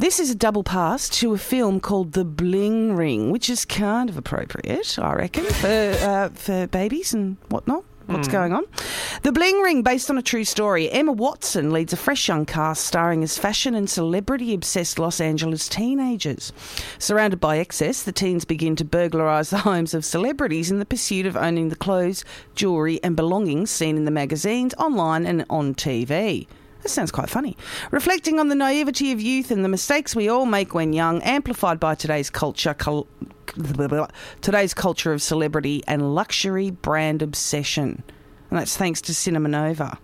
Speaker 2: This is a double pass to a film called The Bling Ring, which is kind of appropriate, I reckon, for uh, for babies and whatnot. What's going on? The Bling Ring, based on a true story. Emma Watson leads a fresh young cast starring as fashion and celebrity obsessed Los Angeles teenagers. Surrounded by excess, the teens begin to burglarize the homes of celebrities in the pursuit of owning the clothes, jewelry, and belongings seen in the magazines, online, and on TV. This sounds quite funny. Reflecting on the naivety of youth and the mistakes we all make when young, amplified by today's culture, col- today's culture of celebrity and luxury brand obsession. And that's thanks to Cinema Nova.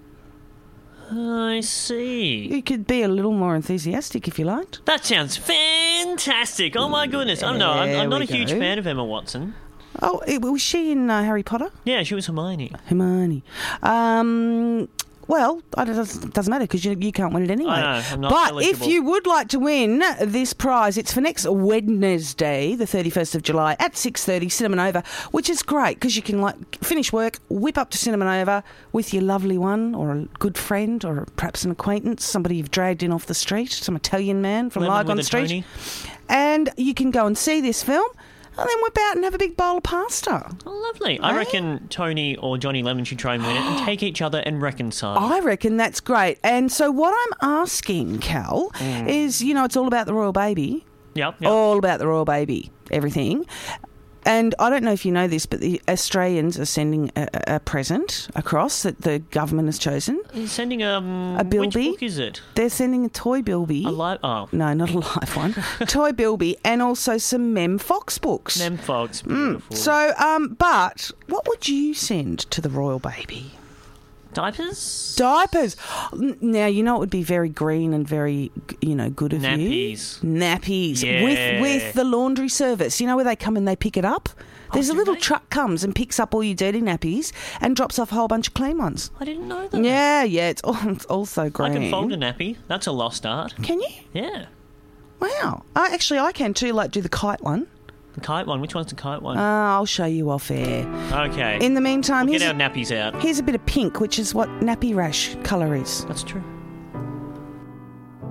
Speaker 7: I see.
Speaker 2: You could be a little more enthusiastic if you liked.
Speaker 7: That sounds fantastic. Oh my goodness. I don't know. I'm,
Speaker 2: There
Speaker 7: I'm not
Speaker 2: we
Speaker 7: a huge
Speaker 2: go.
Speaker 7: fan of Emma Watson.
Speaker 2: Oh, it, was she in uh, Harry Potter?
Speaker 7: Yeah, she was Hermione.
Speaker 2: Hermione. Um, well, it doesn't doesn't matter because you, you can't win it anyway.
Speaker 7: know, I'm not
Speaker 2: but if
Speaker 7: eligible.
Speaker 2: you would like to win this prize, it's for next Wednesday, the 31st of July at 6.30, Cinema Nova, which is great because you can like finish work, whip up to Cinema Nova with your lovely one or a good friend or perhaps an acquaintance, somebody you've dragged in off the street, some Italian man from
Speaker 7: Lemon with
Speaker 2: Lygon
Speaker 7: a
Speaker 2: Street.
Speaker 7: Tony.
Speaker 2: And you can go and see this film and then whip out and have a big bowl of pasta.
Speaker 7: Oh, lovely. I
Speaker 2: Eh?
Speaker 7: reckon Tony or Johnny Lemon should try and win it
Speaker 2: [gasps]
Speaker 7: and take each other and reconcile.
Speaker 2: I reckon that's great. And so, what I'm asking, Cal, is you know, it's all about the royal baby,
Speaker 7: Mm. Yep. yep.
Speaker 2: all about the royal baby, everything. And I don't know if you know this, but the Australians are sending a, a a present across that the government has chosen.
Speaker 7: He's Sending um,
Speaker 2: A
Speaker 7: Which
Speaker 2: bilby?
Speaker 7: book is it?
Speaker 2: They're sending a toy bilby.
Speaker 7: A live. Oh,
Speaker 2: no, not a live
Speaker 7: [laughs]
Speaker 2: one. toy bilby, and also some Mem Fox books.
Speaker 7: Mem Fox. Beautiful.
Speaker 2: Hmm, so, um, but what would you send to the royal baby?
Speaker 7: diapers.
Speaker 2: diapers. N- Now you know it would be very green and very g- you know good of you.
Speaker 7: Nappies.
Speaker 2: Nappies with
Speaker 7: Yeah. Oh,
Speaker 2: with the laundry service. You know where they come and they pick it up. There's a little truck comes and picks up all your dirty nappies and drops off a whole bunch of clean ones.
Speaker 7: I didn't know that.
Speaker 2: Yeah, yeah, it's all it's also
Speaker 7: I
Speaker 2: great.
Speaker 7: can fold a nappy. That's a lost art.
Speaker 2: Can you?
Speaker 7: Yeah.
Speaker 2: Wow. I actually I can too. Like do the kite one.
Speaker 7: The kite one. Which one's the kite one?
Speaker 2: Uh, I'll show you off air.
Speaker 7: okay.
Speaker 2: In the meantime,
Speaker 7: Get
Speaker 2: here's,
Speaker 7: our nappies out.
Speaker 2: here's a bit of pink, which is what nappy rash colour is.
Speaker 7: That's true.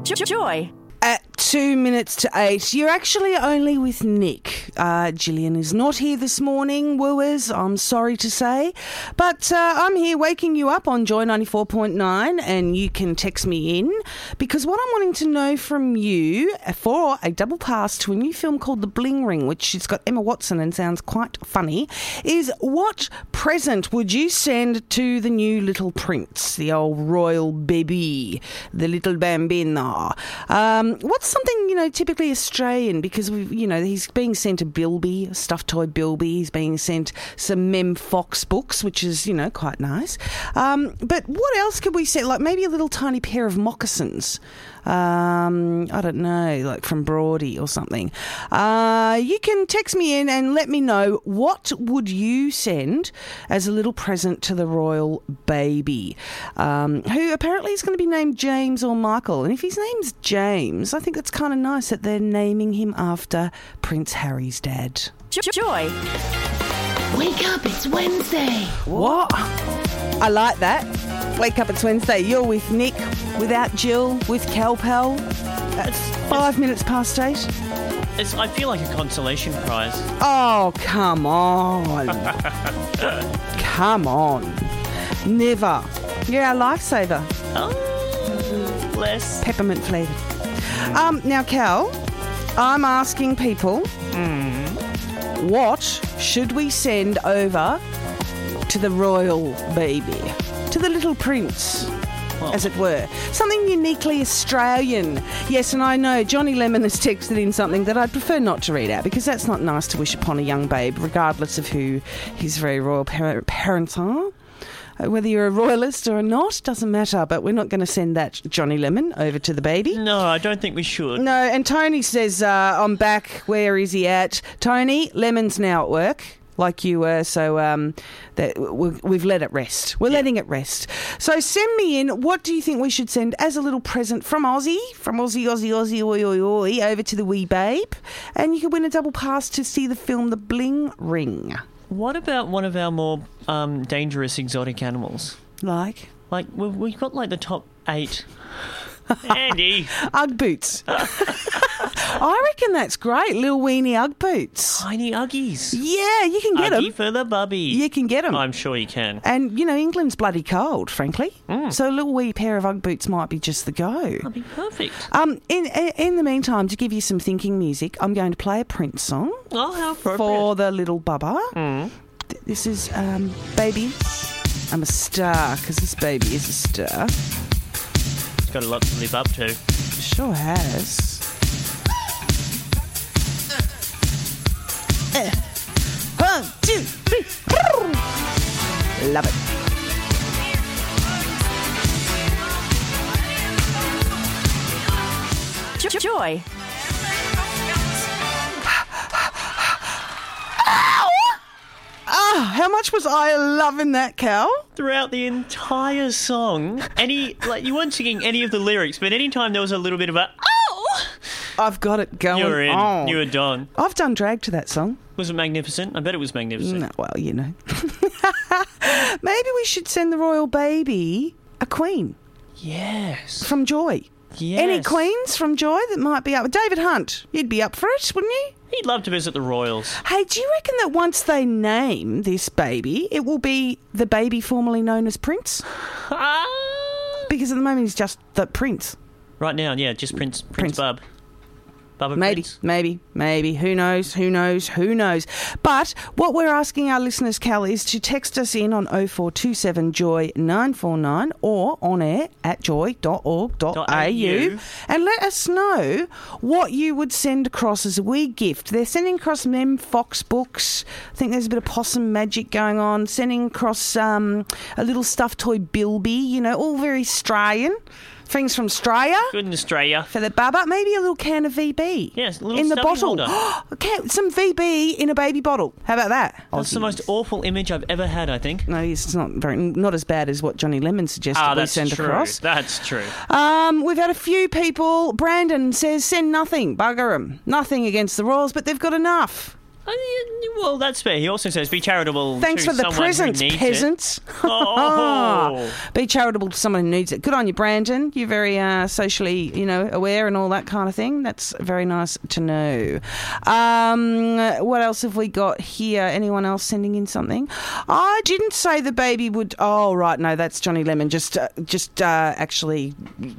Speaker 5: Joy.
Speaker 2: At two minutes to eight, you're actually only with Nick. Uh, Gillian is not here this morning, wooers, I'm sorry to say. But uh, I'm here waking you up on Joy 94.9, and you can text me in because what I'm wanting to know from you uh, for a double pass to a new film called The Bling Ring, which has got Emma Watson and sounds quite funny, is what present would you send to the new little prince, the old royal baby, the little bambino? Um, what's something you know typically Australian? Because we, you know, he's being sent a bilby, a stuffed toy bilby. He's being sent some Mem Fox books, which is you know quite nice. Um, but what else could we send? Like maybe a little tiny pair of moccasins. Um, I don't know, like from Broady or something. Uh, you can text me in and let me know what would you send as a little present to the royal baby, um, who apparently is going to be named James or Michael. And if his name's James, I think it's kind of nice that they're naming him after Prince Harry's dad.
Speaker 5: Joy.
Speaker 1: Wake up, it's Wednesday.
Speaker 2: What? I like that. Wake up, it's Wednesday. You're with Nick, without Jill, with Calpel. That's five minutes past eight.
Speaker 7: It's, I feel like a consolation prize.
Speaker 2: Oh, come on. come on. Never. You're our lifesaver,
Speaker 7: Oh, bless.
Speaker 2: peppermint flavoured. Um, now, Cal, I'm asking people what should we send over to the royal baby, to the little prince?
Speaker 7: Oh.
Speaker 2: As it were, something uniquely Australian. Yes, and I know Johnny Lemon has texted in something that I'd prefer not to read out because that's not nice to wish upon a young babe, regardless of who his very royal par- parents are. Uh, Whether you're a royalist or not, doesn't matter, but we're not going to send that Johnny Lemon over to the baby.
Speaker 7: No, I don't think we should.
Speaker 2: No, and Tony says, uh, I'm back. Where is he at? Tony, Lemon's now at work. Like you were, so um, that we- we've let it rest. We're letting it rest. So send me in. What do you think we should send as a little present from Aussie, from Aussie, Aussie, Aussie, oi, oi, oi, over to the wee babe, and you can win a double pass to see the film The Bling Ring.
Speaker 7: What about one of our more um, dangerous exotic animals?
Speaker 2: Like
Speaker 7: Like we've, we've got like the top eight. [laughs] Andy,
Speaker 2: UGG boots. I reckon that's great, little weenie UGG boots.
Speaker 7: tiny uggies.
Speaker 2: Yeah, you can get
Speaker 7: Uggy
Speaker 2: them.
Speaker 7: for the bubby.
Speaker 2: You can get them.
Speaker 7: I'm sure you can.
Speaker 2: And you know, England's bloody cold, frankly. So a little wee pair of UGG boots might be just the go.
Speaker 7: That'd be perfect.
Speaker 2: Um, in in the meantime, to give you some thinking music, I'm going to play a Prince song
Speaker 7: Oh, how appropriate.
Speaker 2: for the little bubba. Th- This is um, baby. I'm a star because this baby is a star.
Speaker 7: It's got a lot to live up to.
Speaker 2: Sure has. Eh. One, two, three. Brrr. Love it.
Speaker 5: Joy.
Speaker 2: Ah, how much was I loving that cow?
Speaker 7: Throughout the entire song, any like you weren't singing any of the lyrics, but anytime there was a little bit of a oh,
Speaker 2: I've got it going
Speaker 7: you were in,
Speaker 2: on.
Speaker 7: you were done.
Speaker 2: I've done drag to that song.
Speaker 7: Was it magnificent? I bet it was magnificent.
Speaker 2: No, well, you know. [laughs] Maybe we should send the royal baby a queen
Speaker 7: Yes.
Speaker 2: from Joy.
Speaker 7: yes.
Speaker 2: Any queens from Joy that might be up? David Hunt, you'd be up for it, wouldn't you?
Speaker 7: He'd love to visit the Royals.
Speaker 2: Hey, do you reckon that once they name this baby, it will be the baby formerly known as Prince?
Speaker 7: [sighs] Ah.
Speaker 2: Because at the moment he's just the Prince.
Speaker 7: Right now, yeah, just Prince Prince,
Speaker 2: Prince.
Speaker 7: Bub. Bubba
Speaker 2: Maybe,
Speaker 7: Prince.
Speaker 2: maybe, maybe. Who knows? Who knows? Who knows? But what we're asking our listeners, Cal, is to text us in on 0427 Joy 949 or on air at joy.org.au and let us know what you would send across as a wee gift. They're sending across Mem Fox books. I think there's a bit of possum magic going on. Sending across um, a little stuffed toy Bilby, you know, all very Australian. things from Straya
Speaker 7: Good in Australia.
Speaker 2: for the baba. Maybe a little can of VB.
Speaker 7: Yes, a little
Speaker 2: in the
Speaker 7: stubby
Speaker 2: bottle. [gasps]
Speaker 7: water.
Speaker 2: okay, some VB in a baby bottle. How about that?
Speaker 7: That's the
Speaker 2: Aussies.
Speaker 7: most awful image I've ever had, I think.
Speaker 2: No, it's not very, not as bad as what Johnny Lemon suggested
Speaker 7: Ah,
Speaker 2: we
Speaker 7: that's
Speaker 2: send
Speaker 7: true.
Speaker 2: across.
Speaker 7: That's true.
Speaker 2: Um, we've had a few people. Brandon says send nothing, bugger 'em. Nothing against the Royals, but they've got enough.
Speaker 7: Uh, yeah, Well, that's fair. He also says be charitable.
Speaker 2: Thanks
Speaker 7: to
Speaker 2: for the
Speaker 7: someone who
Speaker 2: presents,
Speaker 7: needs it."
Speaker 2: peasants.
Speaker 7: [laughs]
Speaker 2: [laughs]
Speaker 7: Oh.
Speaker 2: Be charitable to someone who needs it. Good on you, Brandon. You're very uh, socially, you know, aware and all that kind of thing. That's very nice to know. Um, what else have we got here? Anyone else sending in something? I didn't say the baby would. Oh, right, no, that's Johnny Lemon. Just, uh, just uh, actually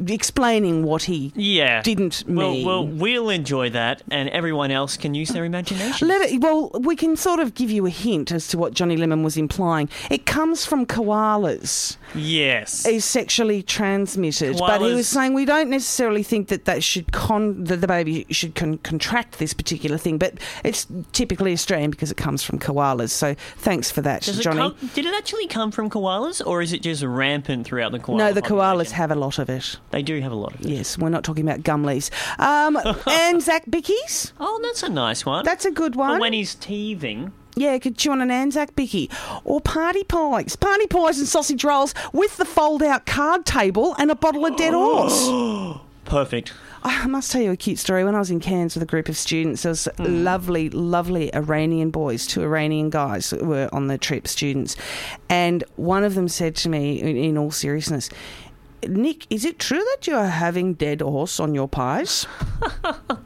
Speaker 2: explaining what he
Speaker 7: Yeah.
Speaker 2: didn't
Speaker 7: well,
Speaker 2: mean.
Speaker 7: Well, we'll enjoy that, and everyone else can use their imagination.
Speaker 2: Let it, well, we can sort of give you a hint as to what Johnny Lemon was implying. It comes from koalas.
Speaker 7: yes.
Speaker 2: is sexually transmitted, but he
Speaker 7: Koalas-
Speaker 2: was saying we don't necessarily think that that should con that the baby should con- contract this particular thing, but it's typically Australian because it comes from koalas. So thanks for that,
Speaker 7: Does it
Speaker 2: Johnny.
Speaker 7: come- did it actually come from koalas, or is it just rampant throughout the koala?
Speaker 2: no, the koalas
Speaker 7: population?
Speaker 2: have a lot of it.
Speaker 7: They do have a lot of it.
Speaker 2: Yes, we're not talking about gum leaves.
Speaker 7: [laughs]
Speaker 2: Um, Anzac Bickies,
Speaker 7: Oh, that's a nice one.
Speaker 2: that's a good
Speaker 7: But
Speaker 2: one.
Speaker 7: when he's teething.
Speaker 2: yeah, could chew on an Anzac Bicky or party pies, party pies and sausage rolls with the fold-out card table and a bottle of dead horse.
Speaker 7: Perfect.
Speaker 2: I must tell you a cute story. When I was in Cairns with a group of students, there was
Speaker 7: Hmm.
Speaker 2: lovely, lovely Iranian boys, two Iranian guys that were on the trip, students. And one of them said to me, in, in all seriousness, Nick, is it true that you are having dead horse on your
Speaker 7: [laughs]
Speaker 2: pies?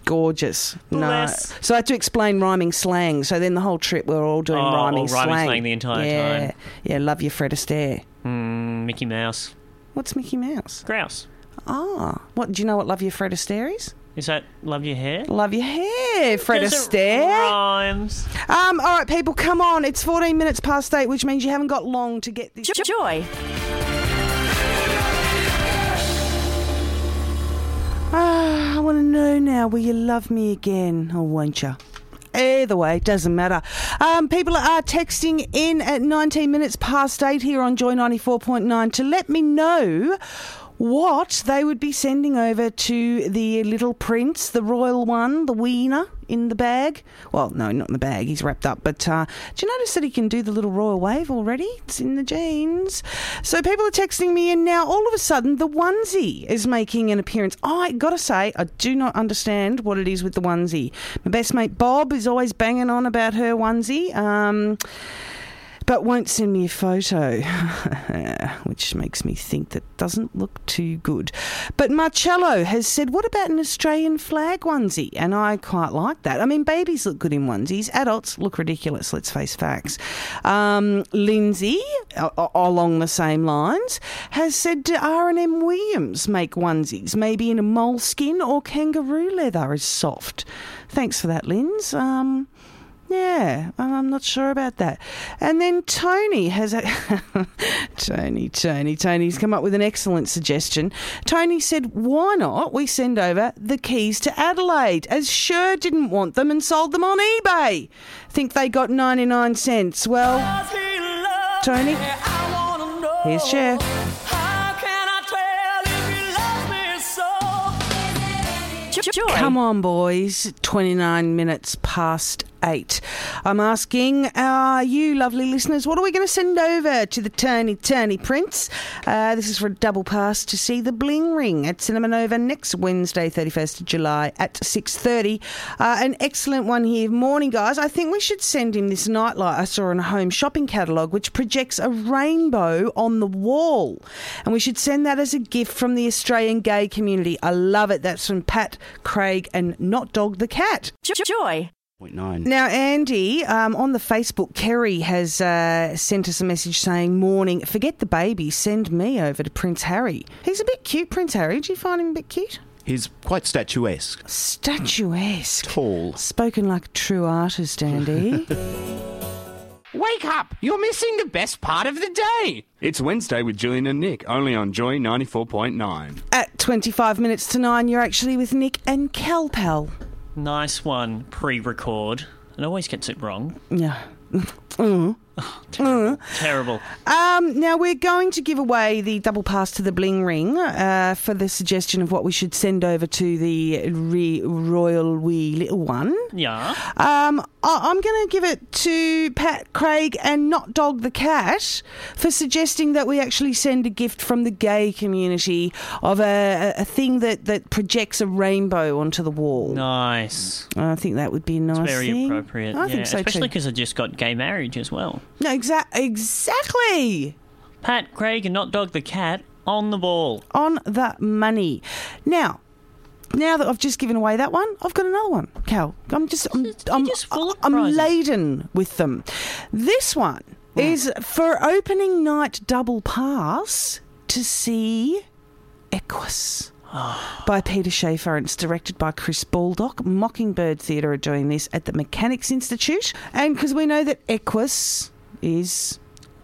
Speaker 2: Gorgeous.
Speaker 7: Bless.
Speaker 2: No. So I had to explain rhyming slang. So then the whole trip, we are all doing
Speaker 7: Oh, all
Speaker 2: rhyming,
Speaker 7: rhyming
Speaker 2: slang.
Speaker 7: slang the entire
Speaker 2: yeah.
Speaker 7: time.
Speaker 2: Yeah, love your Fred Astaire.
Speaker 7: Mm, Mickey Mouse.
Speaker 2: What's Mickey Mouse?
Speaker 7: Grouse.
Speaker 2: Ah, what do you know what love your Fred Astaire is?
Speaker 7: Is that love your hair?
Speaker 2: Love your hair, Fred
Speaker 7: Does it
Speaker 2: Astaire.
Speaker 7: Rhymes.
Speaker 2: Um, all right, people, come on. It's 14 minutes past eight, which means you haven't got long to get this.
Speaker 5: Joy.
Speaker 2: Ah, I want to know now will you love me again or won't you? Either way, it doesn't matter. Um, people are texting in at 19 minutes past eight here on Joy 94.9 to let me know what they would be sending over to the little prince, the royal one, the wiener in the bag. Well, no, not in the bag, he's wrapped up. But uh, do you notice that he can do the little royal wave already? It's in the jeans. So people are texting me, and now all of a sudden, the onesie is making an appearance. I gotta say, I do not understand what it is with the onesie. My best mate Bob is always banging on about her onesie. Um, but won't send me a photo, [laughs] which makes me think that doesn't look too good. But Marcello has said, What about an Australian flag onesie? And I quite like that. I mean, babies look good in onesies, adults look ridiculous, let's face facts. Um, Lindsay, a- a- along the same lines, has said, Do R&M Williams make onesies, maybe in a moleskin or kangaroo leather is soft? Thanks for that, Linz. Um, yeah, I'm I'm not sure about that. And then Tony has a [laughs] Tony, Tony, Tony's come up with an excellent suggestion. Tony said, "Why not we send over the keys to Adelaide as Sure didn't want them and sold them on eBay. Think they got 99 cents. Well, Tony, here's Cher.
Speaker 5: Joy.
Speaker 2: Come on, boys. 29 minutes past eight. I'm asking uh, you, lovely listeners, what are we going to send over to the Turny Turny Prince? Uh, this is for a double pass to see the Bling Ring at Cinema Nova next Wednesday, 31st of July at 6.30. Uh, an excellent one here. Morning, guys. I think we should send him this nightlight I saw in a home shopping catalogue, which projects a rainbow on the wall. And we should send that as a gift from the Australian gay community. I love it. That's from Pat, Craig, and Not Dog the Cat.
Speaker 5: Joy.
Speaker 6: Point nine.
Speaker 2: Now, Andy, um, on the Facebook, Kerry has uh, sent us a message saying, Morning, forget the baby, send me over to Prince Harry. He's a bit cute, Prince Harry. Do you find him a bit cute?
Speaker 6: He's quite statuesque.
Speaker 2: Statuesque.
Speaker 6: Tall.
Speaker 2: Spoken like a true artist, Andy.
Speaker 8: Wake up! You're missing the best part of the day!
Speaker 3: It's Wednesday with Julian and Nick, only on Joy 94.9.
Speaker 2: At 25 minutes to nine, you're actually with Nick and Cal Pal.
Speaker 7: Nice one. Pre-record. It always gets it wrong.
Speaker 2: Yeah.
Speaker 7: Terrible.
Speaker 2: Mm.
Speaker 7: Terrible.
Speaker 2: Um, now we're going to give away the double pass to the bling ring uh, for the suggestion of what we should send over to the re- royal wee little one.
Speaker 7: Yeah.
Speaker 2: Um, I- I'm going to give it to Pat Craig and not Dog the Cat for suggesting that we actually send a gift from the gay community of a, a a thing that, that projects a rainbow onto the wall.
Speaker 7: Nice.
Speaker 2: I think that would be a nice.
Speaker 7: Very
Speaker 2: thing.
Speaker 7: appropriate.
Speaker 2: I
Speaker 7: yeah.
Speaker 2: think so
Speaker 7: Especially
Speaker 2: too.
Speaker 7: because I just got gay marriage as well.
Speaker 2: No, exa- exactly.
Speaker 7: Pat Craig and not Dog the Cat on the ball.
Speaker 2: On the money. Now, now that I've just given away that one, I've got another one. Cal, I'm just, I'm, I'm, I'm laden with them. This one is for opening night double pass to see Equus. By Peter Schaefer, and it's directed by Chris Baldock. Mockingbird Theatre are doing this at the Mechanics Institute, and because we know that Equus is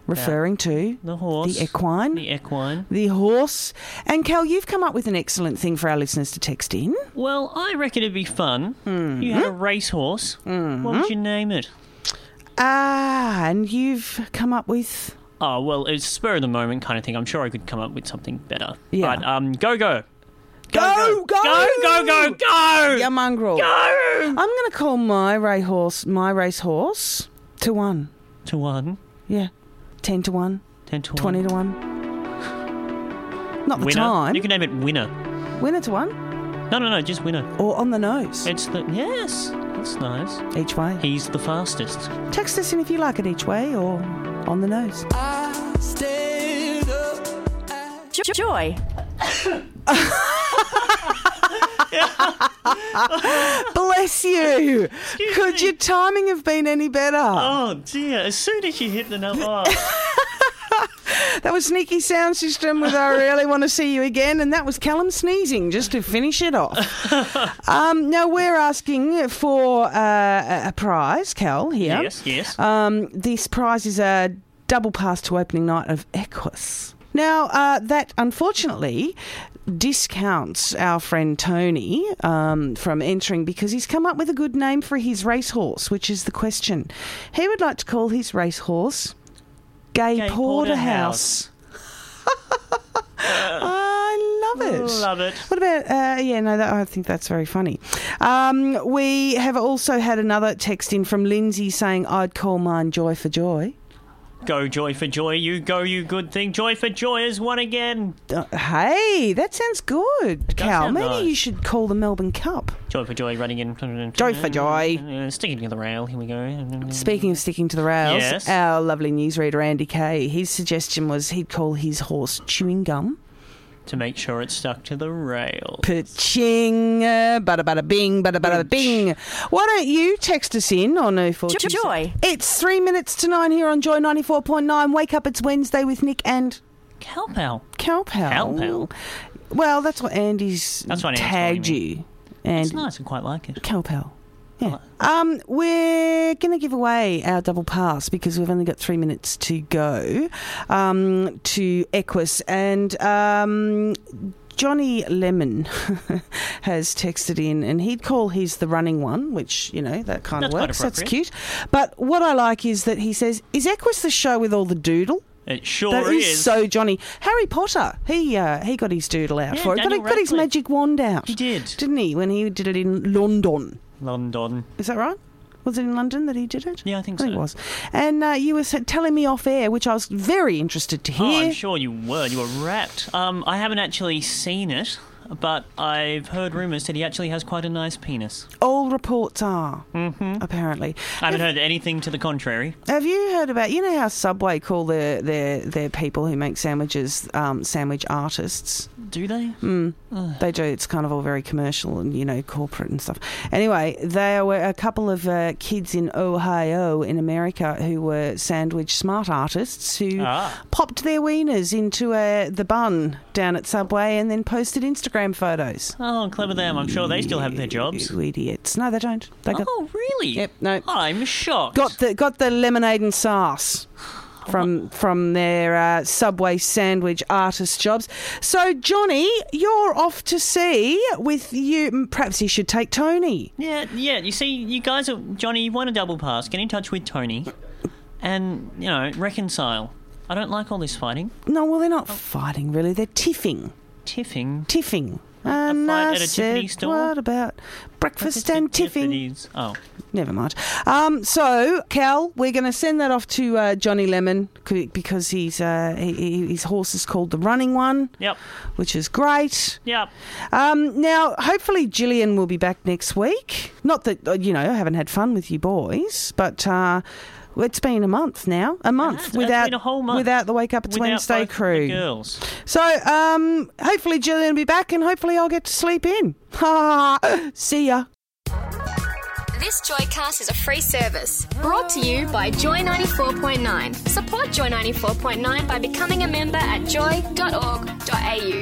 Speaker 2: referring to
Speaker 7: The horse.
Speaker 2: the equine,
Speaker 7: The equine.
Speaker 2: the horse. And Cal, you've come up with an excellent thing for our listeners to text in.
Speaker 7: Well, I reckon it'd be fun.
Speaker 2: Mm-hmm.
Speaker 7: You had a racehorse. What would you name it?
Speaker 2: Ah, and you've come up with
Speaker 7: Oh, well, it's spur of the moment kind of thing. I'm sure I could come up with something better.
Speaker 2: Yeah.
Speaker 7: But um, go go.
Speaker 2: go, go,
Speaker 7: Go, go, go, go!
Speaker 2: Yeah, mongrel.
Speaker 7: Go!
Speaker 2: I'm going to call my racehorse, my racehorse, to one.
Speaker 7: To one.
Speaker 2: Yeah, ten to one,
Speaker 7: 10 to 1.
Speaker 2: twenty to one. Not the
Speaker 7: Winner.
Speaker 2: time.
Speaker 7: You can name it winner.
Speaker 2: Winner to one,
Speaker 7: No, no, no, just winner.
Speaker 2: or on the nose,
Speaker 7: It's the. Yes! That's nice.
Speaker 2: each way.
Speaker 7: He's the fastest.
Speaker 2: Text us in if you like it each way, or on the nose.
Speaker 5: Jo- Joy.
Speaker 2: Bless you. Could your timing have been any better?
Speaker 7: Oh, dear. As soon as you hit the number.
Speaker 2: [laughs]
Speaker 7: Oh,
Speaker 2: That was Sneaky Sound System with I Really Want to See You Again, and that was Callum sneezing just to finish it off. um, now, we're asking for uh, a- a prize, Cal, here.
Speaker 7: Yes, yes.
Speaker 2: Um, this prize is a double pass to opening night of Equus. Now, uh, that unfortunately discounts our friend Tony um, from entering because he's come up with a good name for his racehorse, which is the question. He would like to call his racehorse Gay,
Speaker 7: Gay
Speaker 2: Porterhouse. I love it.
Speaker 7: Love it.
Speaker 2: What about? Uh, yeah, no, that, I think that's very funny. Um, we have also had another text in from Lindsay saying, "I'd call mine Joy for Joy."
Speaker 7: Go, joy for joy. You go, you good thing. Joy for joy is one again.
Speaker 2: Uh, hey, that sounds good,
Speaker 7: does
Speaker 2: Cal.
Speaker 7: sound
Speaker 2: Maybe
Speaker 7: nice.
Speaker 2: you should call the Melbourne Cup.
Speaker 7: Joy for joy running in.
Speaker 2: Joy for joy.
Speaker 7: Uh, sticking to the rail. Here we go.
Speaker 2: Speaking of sticking to the rails,
Speaker 7: Yes.
Speaker 2: our lovely newsreader Andy Kay, his suggestion was he'd call his horse Chewing Gum.
Speaker 7: To make sure it's stuck to the rail.
Speaker 2: Pa-ching, uh, bada bada bing, bada bada bing. Why don't you text us in on 042?
Speaker 5: Joy.
Speaker 2: It's three minutes to nine here on Joy 94.9. Wake up, it's Wednesday with Nick and
Speaker 7: Cowpal.
Speaker 2: Cowpal.
Speaker 7: Cowpal.
Speaker 2: Well, that's what Andy's
Speaker 7: That's what Andy's
Speaker 2: tagged
Speaker 7: calling me.
Speaker 2: you. And
Speaker 7: It's nice. I quite like it.
Speaker 2: Cowpal. Yeah. Um, we're going to give away our double pass because we've only got three minutes to go um, to Equus. And um, Johnny Lemon [laughs] has texted in and he'd call his the running one, which, you know, that kind
Speaker 7: That's
Speaker 2: of
Speaker 7: quite
Speaker 2: works. That's
Speaker 7: appropriate.
Speaker 2: cute. But what I like is that he says, Is Equus the show with all the doodle?
Speaker 7: It sure
Speaker 2: That is
Speaker 7: Oh, is.
Speaker 2: so Johnny. Harry Potter, he uh, he got his doodle out
Speaker 7: Yeah,
Speaker 2: for it. Got,
Speaker 7: Daniel
Speaker 2: got his
Speaker 7: Radcliffe.
Speaker 2: magic wand out.
Speaker 7: He did.
Speaker 2: Didn't he? When he did it in London.
Speaker 7: London.
Speaker 2: Is that right? Was it in London that he did it?
Speaker 7: Yeah, I think
Speaker 2: I think
Speaker 7: so.
Speaker 2: it was. And uh, you were s- telling me off air, which I was very interested to
Speaker 7: Oh,
Speaker 2: hear.
Speaker 7: I'm sure you were. You were wrapped. Um, I haven't actually seen it, but I've heard rumours that he actually has quite a nice penis.
Speaker 2: All reports are, apparently.
Speaker 7: Mm-hmm. I haven't heard anything to the contrary.
Speaker 2: Have you heard about you know how Subway call their their, their people who make sandwiches um, sandwich artists?
Speaker 7: Do they?
Speaker 2: Mm. They do. It's kind of all very commercial and you know corporate and stuff. Anyway, there were a couple of uh, kids in Ohio in America who were sandwich smart artists who
Speaker 7: Ah.
Speaker 2: popped their wieners into uh, the bun down at Subway and then posted Instagram photos.
Speaker 7: Oh, clever them. I'm sure they still have their jobs.
Speaker 2: You idiots! No, they don't. They got
Speaker 7: Oh, really?
Speaker 2: Yep, no.
Speaker 7: I'm shocked.
Speaker 2: got the got the lemonade and sauce from from their uh, Subway sandwich artist jobs. So Johnny, you're off to sea with you. Perhaps you should take Tony.
Speaker 7: Yeah, yeah. You see, you guys, are, Johnny, you want a double pass. Get in touch with Tony. and you know reconcile. I don't like all this fighting.
Speaker 2: No, well, they're not
Speaker 7: Oh.
Speaker 2: fighting really. They're tiffing.
Speaker 7: Tiffing.
Speaker 2: Tiffing. And
Speaker 7: fight
Speaker 2: I
Speaker 7: at a
Speaker 2: said,
Speaker 7: Tiffany store?
Speaker 2: what about breakfast
Speaker 7: Breakfast
Speaker 2: and
Speaker 7: at
Speaker 2: tiffing?
Speaker 7: Tiffany's. Oh,
Speaker 2: Never mind. Um, so, Cal, we're going to send that off to uh, Johnny Lemon c- because he's uh, he- he, his horse is called the Running One.
Speaker 7: Yep.
Speaker 2: Which is great.
Speaker 7: yep.
Speaker 2: Um, now, hopefully, Gillian will be back next week. Not that, uh, you know, I haven't had fun with you boys, but uh, it's been a month now. A month
Speaker 7: it's
Speaker 2: without
Speaker 7: been a whole month
Speaker 2: without the Wake Up It's
Speaker 7: Without
Speaker 2: Wednesday
Speaker 7: both the
Speaker 2: crew.
Speaker 7: girls.
Speaker 2: So, um, hopefully, Gillian will be back and hopefully, I'll get to sleep in. [laughs] See ya.
Speaker 9: This Joycast is a free service brought to you by Joy 94.9. Support Joy 94.9 by becoming a member at joy.org.au.